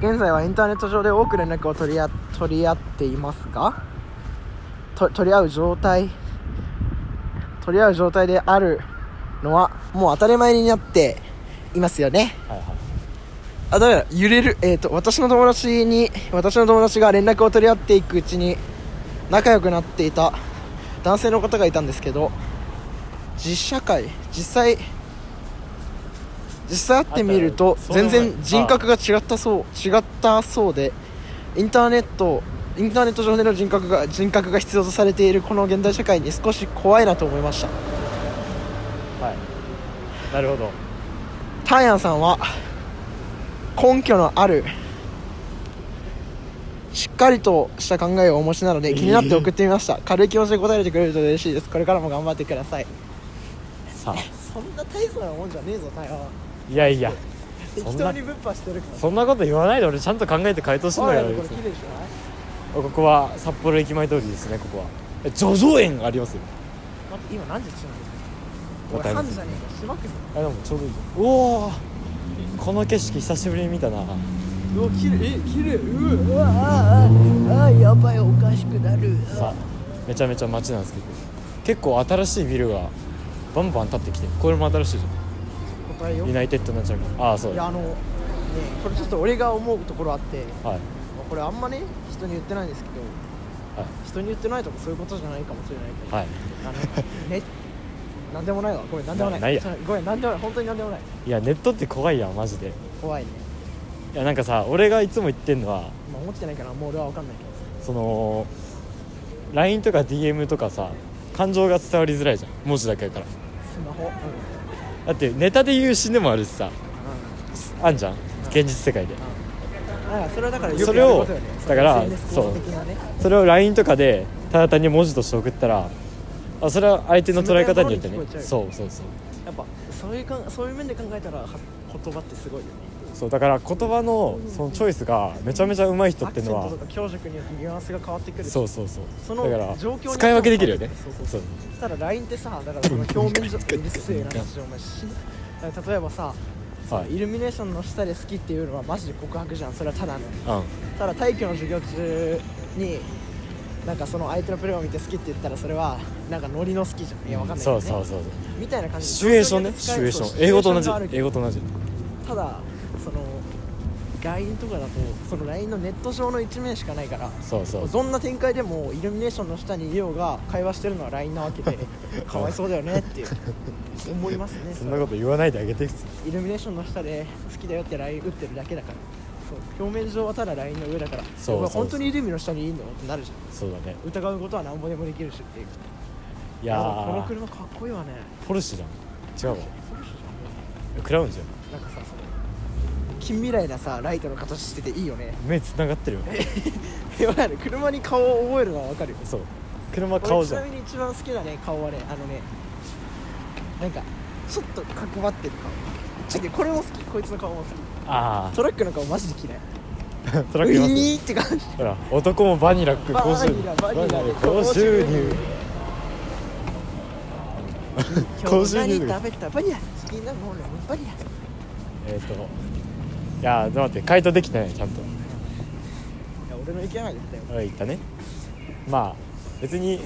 Speaker 3: 現在はインターネット上で多く連絡を取り合取り合っていますがと取り合う状態取り合う状態であるのはもう当たり前になっていますよね
Speaker 1: はいはい
Speaker 3: あだから揺れる、えー、と私の友達に私の友達が連絡を取り合っていくうちに仲良くなっていた男性の方がいたんですけど実社会実際実際会ってみると
Speaker 1: あったよ
Speaker 3: 全
Speaker 1: そう
Speaker 3: 然
Speaker 1: なんだ
Speaker 3: 人格が違ったそう違ったそうでインターネットインターネット上での人格が人格が必要とされているこの現代社会に少し怖いなと思いました
Speaker 1: はいなるほど
Speaker 3: ターヤンさんは根拠のあるしっかりとした考えをお持ちなので気になって送ってみました、軽い気持ちで答えてくれると嬉しいですこれからも頑張ってください
Speaker 1: さあ
Speaker 2: そんな大層なもんじゃねえぞ対話はい
Speaker 1: やいや
Speaker 2: 適
Speaker 1: そん
Speaker 2: 当
Speaker 1: な
Speaker 2: にぶっぱしてるから
Speaker 1: そんなこと言わないで俺ちゃんと考えて回答してんだ
Speaker 2: あ
Speaker 1: から
Speaker 2: れこれ
Speaker 1: 別
Speaker 2: 綺
Speaker 1: に
Speaker 2: 麗じゃない
Speaker 1: ここは札幌駅前通りですねここはえ叙々苑ありますよ
Speaker 2: 待って今何時っちゅう
Speaker 1: ま
Speaker 2: の俺
Speaker 1: たありま
Speaker 2: 3
Speaker 1: す
Speaker 2: 時じゃねえかしまくぞ
Speaker 1: あでもちょうどいいおおこの景色久しぶりに見たな
Speaker 2: うわ綺麗え綺麗うわうわあーあーあーやばいおかしくなる
Speaker 1: さめちゃめちゃ街なんですけど結構新しいビルがバンバン建ってきてこれも新しいじ
Speaker 2: 答え
Speaker 1: ゃ
Speaker 2: よ
Speaker 1: んユナイテッドになっちゃうからああそう
Speaker 2: い
Speaker 1: だ
Speaker 2: やあのねこれちょっと俺が思うところあって
Speaker 1: はい
Speaker 2: これあんまね人に言ってないんですけど、
Speaker 1: はい
Speaker 2: 人に言ってないとかそういうことじゃないかもしれないけど、
Speaker 1: はい
Speaker 2: あのねなんでもないわごめんなんでもない
Speaker 1: なないや
Speaker 2: ごめんなんでもない本当になんでもない
Speaker 1: いやネットって怖いやんマジで
Speaker 2: 怖いね、
Speaker 1: いやなんかさ俺がいつも言ってんのは
Speaker 2: まあ、思ってないからもう俺は分かんないけど
Speaker 1: その LINE とか DM とかさ感情が伝わりづらいじゃん文字だけだから
Speaker 2: スマホ、うん
Speaker 1: だってネタで言う死んでもあるしさあんじゃん現実世界で
Speaker 2: うん、なんかそれはだからよく
Speaker 1: それを
Speaker 2: やることよね
Speaker 1: だから
Speaker 2: その SNS 効果的なね
Speaker 1: それを LINE とかでただ単に文字として送ったらあそれは相手の捉え方によってね
Speaker 2: 冷たいものに聞こえちゃう
Speaker 1: そうそうそう
Speaker 2: やっぱそういうかんそういう面で考えたらは言葉ってすごいよね
Speaker 1: そうだから言葉のそのチョイスがめちゃめちゃ上手い人
Speaker 2: ア
Speaker 1: っ
Speaker 2: ク
Speaker 1: て
Speaker 2: セン
Speaker 1: のは
Speaker 2: トとか強弱によってニュアンスが変わってくる
Speaker 1: そうそうそう
Speaker 2: その
Speaker 1: だから
Speaker 2: 状況によって
Speaker 1: 使い分けできるよね
Speaker 2: そうそう
Speaker 1: そ
Speaker 2: そううただ LINE ってさだからその表面上うるせえなマジでお前死ぬだから例えばさ
Speaker 1: はい
Speaker 2: イルミネーションの下で好きっていうのはマジで告白じゃんそれはただの
Speaker 1: うん
Speaker 2: ただ体育の授業中になんかその相手のプレーを見て好きって言ったらそれはなんかノリの好きじゃんいやわかんないけ
Speaker 1: そ
Speaker 2: ど
Speaker 1: う
Speaker 2: ね
Speaker 1: そうそうそう
Speaker 2: みたいな感じで
Speaker 1: シチュエーションねシ
Speaker 2: 状
Speaker 1: チ
Speaker 2: 況
Speaker 1: ュ
Speaker 2: に
Speaker 1: エ
Speaker 2: よ
Speaker 1: ー
Speaker 2: って
Speaker 1: シ
Speaker 2: 使える
Speaker 1: ョン英語と同じ
Speaker 2: そうシチュエ
Speaker 1: 英語と同じ
Speaker 2: ーションがあるただその LINE とかだとその LINE のネット上の一面しかないから
Speaker 1: そうそう
Speaker 2: どんな展開でもイルミネーションの下にいようが会話してるのは LINE な わけでかわいそうだよねっていう思いますね
Speaker 1: そんなこと言わないであげて普通
Speaker 2: イルミネーションの下で好きだよって LINE 打ってるだけだからそう表面上はただ LINE の上だから
Speaker 1: そう
Speaker 2: お前
Speaker 1: そう
Speaker 2: 本当にイルミの下にいいのってなるじゃ
Speaker 1: そうだね
Speaker 2: ん疑うことは何ぼでもできるしっていう
Speaker 1: い
Speaker 2: い
Speaker 1: や
Speaker 2: この
Speaker 1: ー
Speaker 2: 車かっこいいわね
Speaker 1: ポルシェじゃん違うわクラウンじゃん
Speaker 2: なんかさその近未来なさライトの形してていいよね
Speaker 1: 目つながってるよ
Speaker 2: わかる車に顔を覚えるのはわかるよ
Speaker 1: そう車顔じゃん
Speaker 2: 俺ちなみに一番好きなね顔はねあのねなんかちょっと角張ってる顔ちょっとこれも好きこいつの顔も好き
Speaker 1: あ
Speaker 2: トラックの顔マジで嫌い
Speaker 1: あトラックいます
Speaker 2: ウ
Speaker 1: よ
Speaker 2: ィーって感じ
Speaker 1: ほら男もバニラ高
Speaker 2: バ
Speaker 1: 収
Speaker 2: ニ
Speaker 1: 入
Speaker 2: ラバニラ
Speaker 1: 高収入
Speaker 2: 今
Speaker 1: 高
Speaker 2: 日
Speaker 1: 収
Speaker 2: 何
Speaker 1: 入
Speaker 2: 食べたバニラ好きなものバニラ
Speaker 1: えっ、ー、といやー待って回答できてないちゃんと
Speaker 2: いや俺の意見は言ったよ
Speaker 1: はい言ったねまあ別にい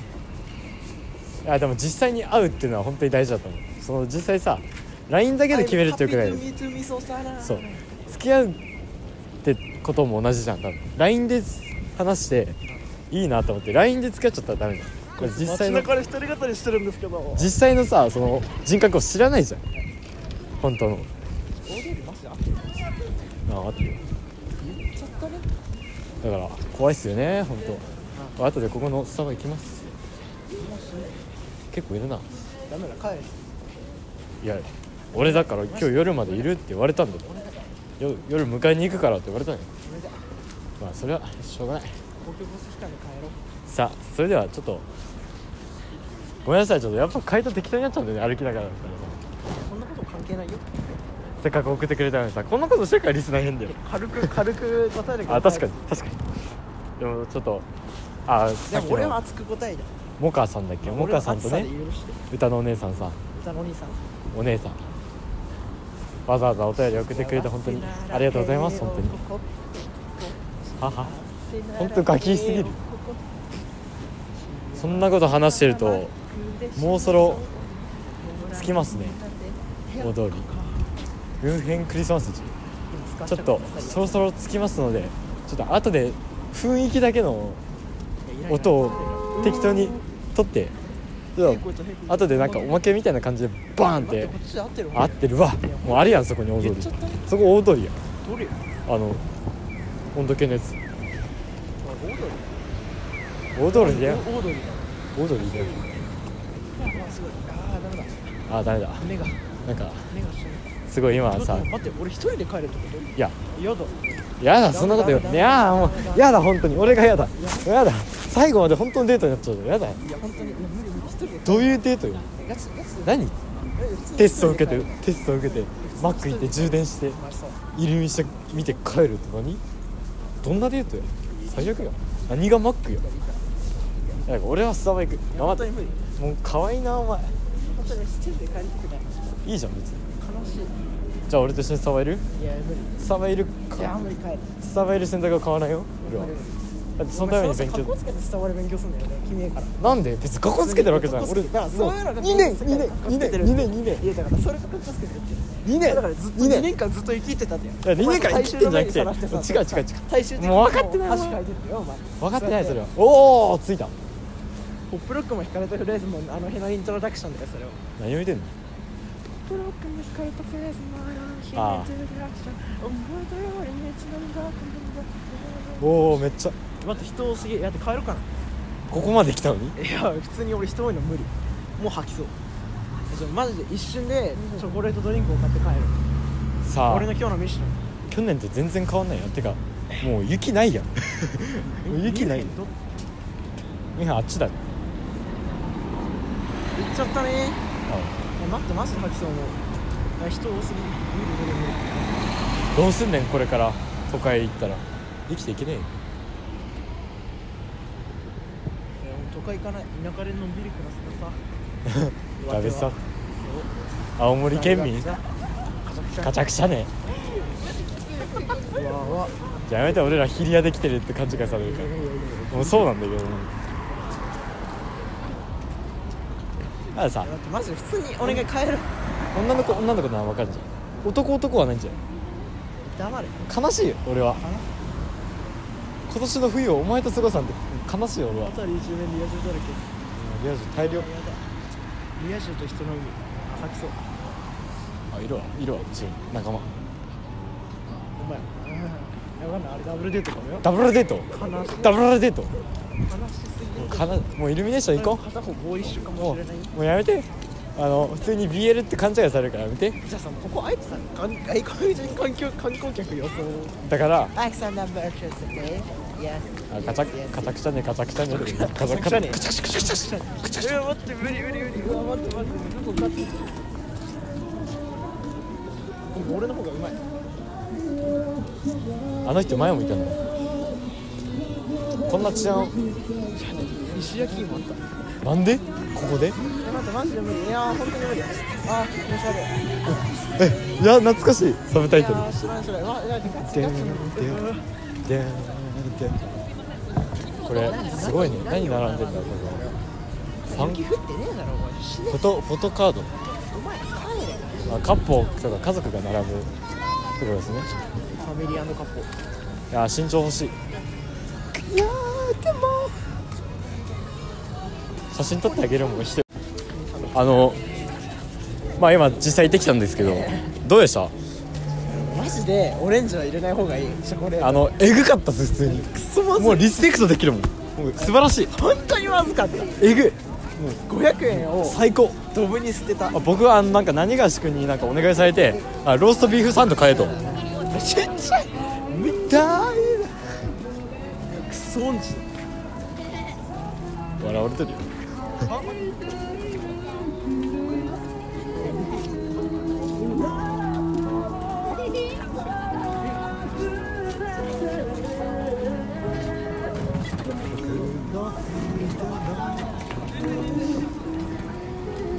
Speaker 1: やでも実際に会うっていうのは本当に大事だと思うその実際さ LINE だけで決めるってよくない
Speaker 2: I'm happy to meet you, so sad.
Speaker 1: そう付き合うってことも同じじゃん多分 LINE で話していいなと思って LINE で付き合っちゃったらダメだよこれ実際の
Speaker 2: 街中で一人語りしてるんですけど
Speaker 1: 実際のさその人格を知らないじゃん本当の
Speaker 2: 俺よりマジで合ってる
Speaker 1: ああとで
Speaker 2: 言っちゃったね
Speaker 1: だから怖いっすよね本当。あとでここのスタバ行きます結構いるな
Speaker 2: ダメだ帰る
Speaker 1: いや俺だから今日夜までいるって言われたんだよ夜夜迎えに行くからって言われたのよまあそれはしょうがない
Speaker 2: 公共交通機関で帰ろう
Speaker 1: さあそれではちょっとごめんなさいちょっとやっぱ回答適当になっちゃうんだよね歩きながらだったらさ
Speaker 2: そんなこと関係ないよ
Speaker 1: せっかく送ってくれたのにさこんなことしてるからリスナー変だよ
Speaker 2: 軽く軽く答えてください
Speaker 1: あ確かに確かにでもちょっとあさ
Speaker 2: で
Speaker 1: っき
Speaker 2: も俺は
Speaker 1: の
Speaker 2: 熱く答えだ
Speaker 1: モカさんだっけモカさんと
Speaker 2: 俺は熱
Speaker 1: ね
Speaker 2: さで許して
Speaker 1: 歌のお姉さんさ
Speaker 2: 歌のお兄さん
Speaker 1: お姉さんわざわざお便り送ってくれて本当にありがとうございます本当にはは本当ガキすぎるそんなこと話してるともうそろ着きますね大通りムンヘンクリスマス市ちょっとそろそろ着きますのでちょっと後で雰囲気だけの音を適当に取ってちょっと後でなんかおまけみたいな感じでバーンっ
Speaker 2: 待って
Speaker 1: て
Speaker 2: こっちで合ってる
Speaker 1: 合ってるわもうあるやんそこに大通
Speaker 2: 言っ
Speaker 1: り
Speaker 2: ちゃったね
Speaker 1: そこ大通りや
Speaker 2: どれよ
Speaker 1: あの温度計のやつ
Speaker 2: オードリ
Speaker 1: 大通
Speaker 2: ー
Speaker 1: りだよ
Speaker 2: オードリー
Speaker 1: 大通りだよ
Speaker 2: だああすごいああダメだ
Speaker 1: あーダメだ
Speaker 2: 目が
Speaker 1: なんか
Speaker 2: 目が死ぬ
Speaker 1: すごい今さ
Speaker 2: 待って俺一人で帰るってこと
Speaker 1: いや
Speaker 2: 嫌だ
Speaker 1: やだそんなこと言
Speaker 2: ダ
Speaker 1: う
Speaker 2: メ
Speaker 1: いやーもうやだ本当に俺がやだやだ最後まで本当のデートになっちゃうやだ
Speaker 2: いや本当にいや無理無理一人で帰る
Speaker 1: どういうデートよ
Speaker 2: ガチガチ
Speaker 1: 何
Speaker 2: え普通に
Speaker 1: テストを受け
Speaker 2: 一
Speaker 1: て
Speaker 2: 人で帰る
Speaker 1: テストを受けてマック行って充電して
Speaker 2: まあそう
Speaker 1: イルミして見て帰るって何どんなデートや最悪や何がマックやなんか俺はスタバ行く頑張
Speaker 2: 本
Speaker 1: っ
Speaker 2: 当
Speaker 1: て
Speaker 2: に無理
Speaker 1: もう可愛いなお前
Speaker 2: 本当に一人で帰りたくない
Speaker 1: いいじゃん別に
Speaker 2: 悲しい
Speaker 1: じゃあ俺と一緒にスタバいる
Speaker 2: いや無理
Speaker 1: スタバいる
Speaker 2: いや
Speaker 1: か
Speaker 2: 無理帰る
Speaker 1: スタバいる選択は買わないよ俺はだってそのために勉
Speaker 2: 格好
Speaker 1: 強
Speaker 2: つけて伝わる勉強するんだよね君えから
Speaker 1: なんで別に学校つけてるわけじゃない俺もう
Speaker 2: だからそういうの
Speaker 1: 2
Speaker 2: が
Speaker 1: 年2年2年2年2年
Speaker 2: いやだからそれ格好つけてるって
Speaker 1: 2年
Speaker 2: だからずっと
Speaker 1: 2
Speaker 2: 2
Speaker 1: 年
Speaker 2: 年間ずっと生きてたんだ
Speaker 1: い
Speaker 2: よ
Speaker 1: や2年間生きてんじゃなくて
Speaker 2: お前最終の前にさらして
Speaker 1: 違う違う違う
Speaker 2: 大衆的に
Speaker 1: もう分かってない
Speaker 2: もう箸書いてるよお前
Speaker 1: 分かってないそれはおおついた
Speaker 2: ポップロックも引かれたフレーズもあの辺のイントロダクションだよそれを
Speaker 1: 何を見てんの
Speaker 2: ブロックも惹かれたフレーズもあの
Speaker 1: あ
Speaker 2: 日のイントロダクション思い出より道のりが変わる
Speaker 1: おおめっちゃ
Speaker 2: 待って人多すぎやって帰ろうかな
Speaker 1: ここまで来たのに
Speaker 2: いや普通に俺人多いの無理もう吐きそうちょマジで一瞬でチョコレートドリンクを買って帰る
Speaker 1: さあ
Speaker 2: 俺の今日のミッション
Speaker 1: 去年と全然変わんないやてかもう雪ないやんもう雪ない
Speaker 2: 見えへんど
Speaker 1: みんなあっちだね
Speaker 2: 行っちゃったねいや待ってマジで吐きそうもういや人多すぎる無理無理無理
Speaker 1: どうすんねんこれから都会行ったら生きていけねえよ
Speaker 2: いやもう都会行かない田舎でのんびり暮らすとさ
Speaker 1: ダメさ
Speaker 2: そう
Speaker 1: 青森県民
Speaker 2: カチャクチャ
Speaker 1: カチャクチャね
Speaker 2: うわうわ
Speaker 1: じゃあやめて俺らヒリアで来てるって勘違いされるからもうそうなんだけどたださ
Speaker 2: 待ってマジで普通にお願い帰る
Speaker 1: 女の子女の子なら分かるじゃん男男はないんじゃ
Speaker 2: 黙れ
Speaker 1: ん悲しいよ俺は今年の冬をお前と過ごさんって悲しいよ俺は
Speaker 2: 辺り一面リア充だらけ
Speaker 1: リア充大量
Speaker 2: やだリア充と人の海あ吐きそう
Speaker 1: あいるわいるわ一応仲間
Speaker 2: お前やばいなあれダブルデートかもよ
Speaker 1: ダブルデート
Speaker 2: 悲しい
Speaker 1: ダブルデート
Speaker 2: 悲しすぎる
Speaker 1: かなもうイルミネーション行こ
Speaker 2: 片方ボーイッシュか
Speaker 1: うもう
Speaker 2: もしれない
Speaker 1: もうやめてあの普通に BL って勘違いされるからやめて
Speaker 2: じゃあさここあえてさ外国人環境観光客予想
Speaker 1: だから
Speaker 2: バイクさんナンバーチューズねイエ
Speaker 1: あカチャカチャクチャねカチャクチャねカチャ
Speaker 2: カ
Speaker 1: ク
Speaker 2: チ
Speaker 1: チ
Speaker 2: ャ
Speaker 1: ャ
Speaker 2: ね
Speaker 1: ねカチャクチャカチャクチャ
Speaker 2: スうわ待って無理無理無理うわ待って待ってどこかってでも俺の方がうまい
Speaker 1: あの人前もいたのこんな治安
Speaker 2: 石焼き芋あった
Speaker 1: なんでここで
Speaker 2: え待ってマジで無理いやー本当に無理あー気持ち悪い
Speaker 1: えいや懐かしいサブタ
Speaker 2: い
Speaker 1: イ
Speaker 2: や
Speaker 1: トル
Speaker 2: ー知らん知らんうわいやガチガチうわ
Speaker 1: でんでんこれすごいね何並んでんだろうこれは
Speaker 2: 雪降ってねえだろお前死
Speaker 1: フ
Speaker 2: ね
Speaker 1: ォトフォトカード
Speaker 2: お前帰れ
Speaker 1: あカップとか家族が並ぶところですね
Speaker 2: ファミリアのカップ
Speaker 1: いや身長欲しい
Speaker 2: いやーでも
Speaker 1: 写真撮ってあげるもんしてあのまあ今実際行ってきたんですけどどうでした
Speaker 2: マジジでオレンジは入れない方がいいチョコレート
Speaker 1: あのえぐかったっす普通に
Speaker 2: くそまず
Speaker 1: も
Speaker 2: いう
Speaker 1: リスペクトできるもんもう素晴らしい
Speaker 2: 本当にまずかった
Speaker 1: えぐい
Speaker 2: 500円を
Speaker 1: 最高
Speaker 2: ドブに捨てた
Speaker 1: あ僕はあのなんか何がし君になんかお願いされてあローストビーフサンド買えと
Speaker 2: ちっちゃい
Speaker 1: みたい
Speaker 2: クソンジ
Speaker 1: 笑われてるよ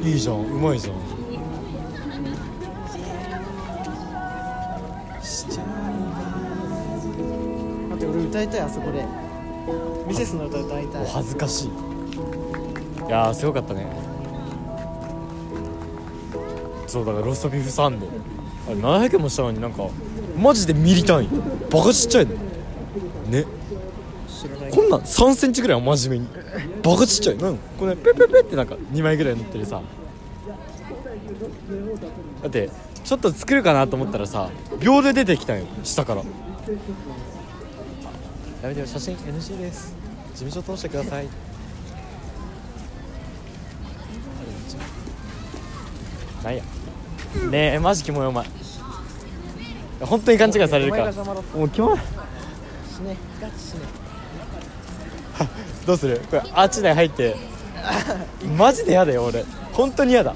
Speaker 1: いいじゃんうまいじゃん
Speaker 2: 待って俺歌いたいあそこでミセスの歌歌いたい
Speaker 1: お恥ずかしいいやーすごかったねそうだからローストビーフサンドあれ700円もしたのになんかマジでミリ単位バカちっちゃいのね
Speaker 2: 知らない
Speaker 1: こんなん3センチぐらいは真面目にバカちっちゃいなんこれペペペってなんか2枚ぐらい乗ってるさだってちょっと作るかなと思ったらさ秒で出てきたんよ下からやめてよ写真 NG です事務所通してくださいなんやねえマジキモいお前本当に勘違いされるか
Speaker 2: お前が
Speaker 1: ら
Speaker 2: 邪魔だった
Speaker 1: もうキモい
Speaker 2: しねガチしね
Speaker 1: どうするこれあっちで入ってマジで嫌だよ俺本当に嫌だ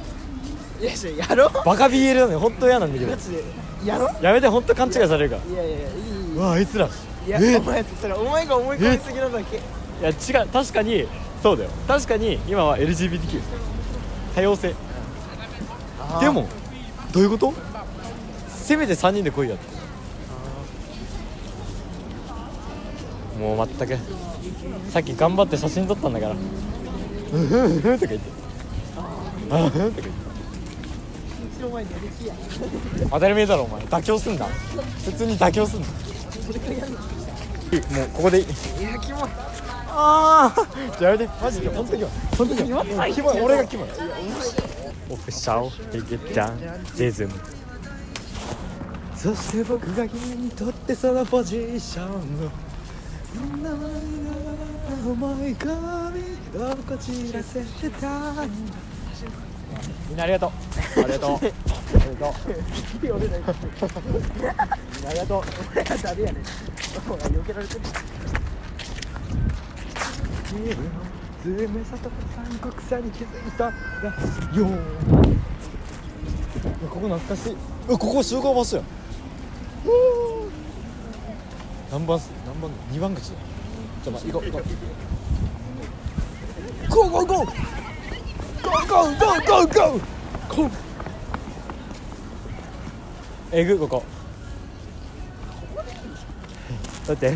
Speaker 2: いやいややろう
Speaker 1: バカ BL なのに本当嫌なんだけど
Speaker 2: ガチでやろ
Speaker 1: やめて本当勘違いされるから
Speaker 2: ういやいやいやいいう
Speaker 1: わあいつら
Speaker 2: いや、お前それお前が思い込みすぎなだけ
Speaker 1: いや違う確かにそうだよ確かに今は LGBTQ 多様性でもどういうことせめて3人で来いやってもう全くさっき頑張って写真撮ったんだから「うふんうふん」とか言って「あふん」とか言って
Speaker 2: お前やる気や
Speaker 1: 当たり前だろお前妥協すんな普通に妥協すんなもうここでいい
Speaker 2: いやキモい
Speaker 1: ああやめてマジで本当に本当にキモいキモい俺がキモいオフシャオヘゲちゃんジズムそして僕が君にとってそのポジションの思い込みをこじらせてたみんなありがとうありがとうありがとう
Speaker 2: 俺らがありがとう俺らダメやねお前避けられてる
Speaker 1: ズームサトさん国際に気づいたラジオいやここ懐かしいえここ集合場所や何番す何番二番口だじゃあまあ行こう行こうゴーゴーゴーゴーゴーゴーゴーゴーゴーえぐここだって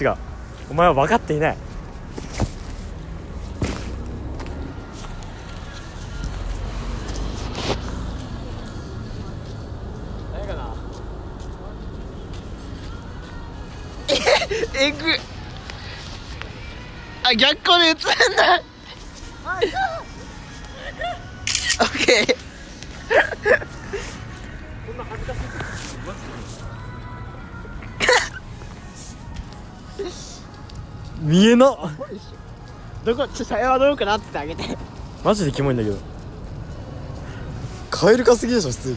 Speaker 1: 違うお前は分かっていない
Speaker 2: えぐあ逆光で映んないオッケ
Speaker 1: 見えな
Speaker 2: ーどこちょさよはどうかなってあげて
Speaker 1: マジでキモいんだけどカエル化すぎでしょ普通に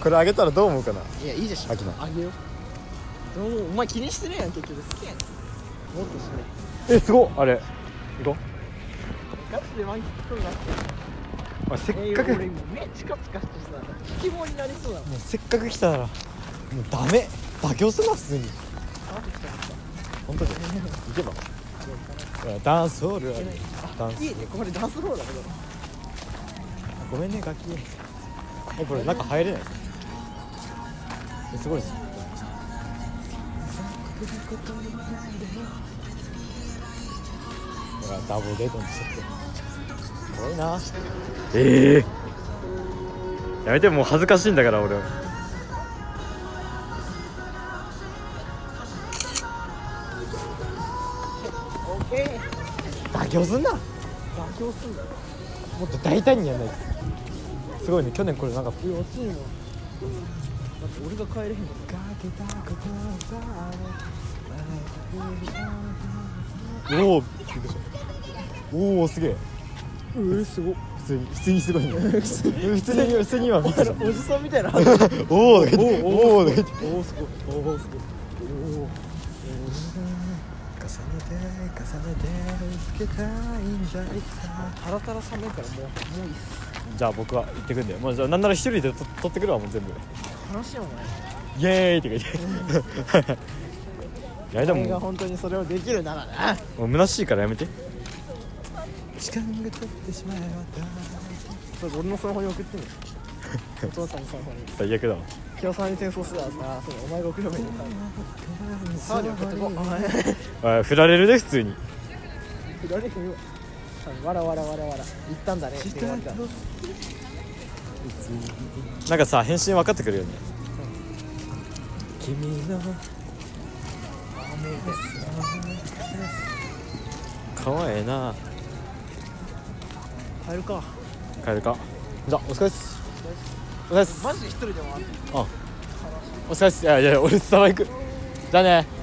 Speaker 1: これあげたらどう思うかない
Speaker 2: やいいでしょ
Speaker 1: 飽きない
Speaker 2: あげようどうお前気にしてねえやん結局好きやんもっとしね
Speaker 1: えすごっあれ行こ
Speaker 2: ガチで満喫するな
Speaker 1: う、まあ、せ
Speaker 2: え
Speaker 1: っか
Speaker 2: ー、
Speaker 1: く、
Speaker 2: 俺
Speaker 1: もう
Speaker 2: 今目チカチカしてさ引きもになりそうだもん
Speaker 1: せっかく来たならもうダメ妥協すな普通に
Speaker 2: マジか
Speaker 1: 本当で行けばほらダンスホールあるダンス
Speaker 2: いいねこれダンスローだけど
Speaker 1: ごめんねガキえこれ中入れないえすごいですほらダブルデートにしちゃってすごいなええやめてもう恥ずかしいんだから俺
Speaker 2: オッケー
Speaker 1: 妥協すんなも
Speaker 2: 妥協すんだよ
Speaker 1: っと大胆にやんないとすごいね去年これなかった
Speaker 2: いや暑いのだって俺が帰れへんの
Speaker 1: おおおおすげえ
Speaker 2: うえすご
Speaker 1: 普通に普通にすごいね普通に普通に今見た
Speaker 2: あのおじさんみたいなお
Speaker 1: おおーおおー
Speaker 2: おすごいおおすごいおおタラタラ寒いからもうもういいっす
Speaker 1: じゃあ僕は行ってくんだよもうじゃあなんなら一人でと撮ってくるわもう全部
Speaker 2: 悲しいよね
Speaker 1: イエーイって言っていやで
Speaker 2: 俺が
Speaker 1: も
Speaker 2: 本当にそれをできるならな
Speaker 1: もう虚しいからやめて
Speaker 2: 時間が経ってしまえば俺のスマホに送って みるお父さんのスマホに
Speaker 1: 最悪だわ
Speaker 2: 清さんに転送するわさそれお前が送ればいいのか沢に送ってこうお前
Speaker 1: あ振られるで普通に
Speaker 2: 振られへんよわらわらわらわら言ったんだねって言われた
Speaker 1: なんかさ返信分かってくるよねかわええな
Speaker 2: 帰るか
Speaker 1: 帰るかじゃあお疲れっすお疲れっす
Speaker 2: マジで一人でもあって
Speaker 1: お疲れっすいやいや俺スタバ行くじゃあね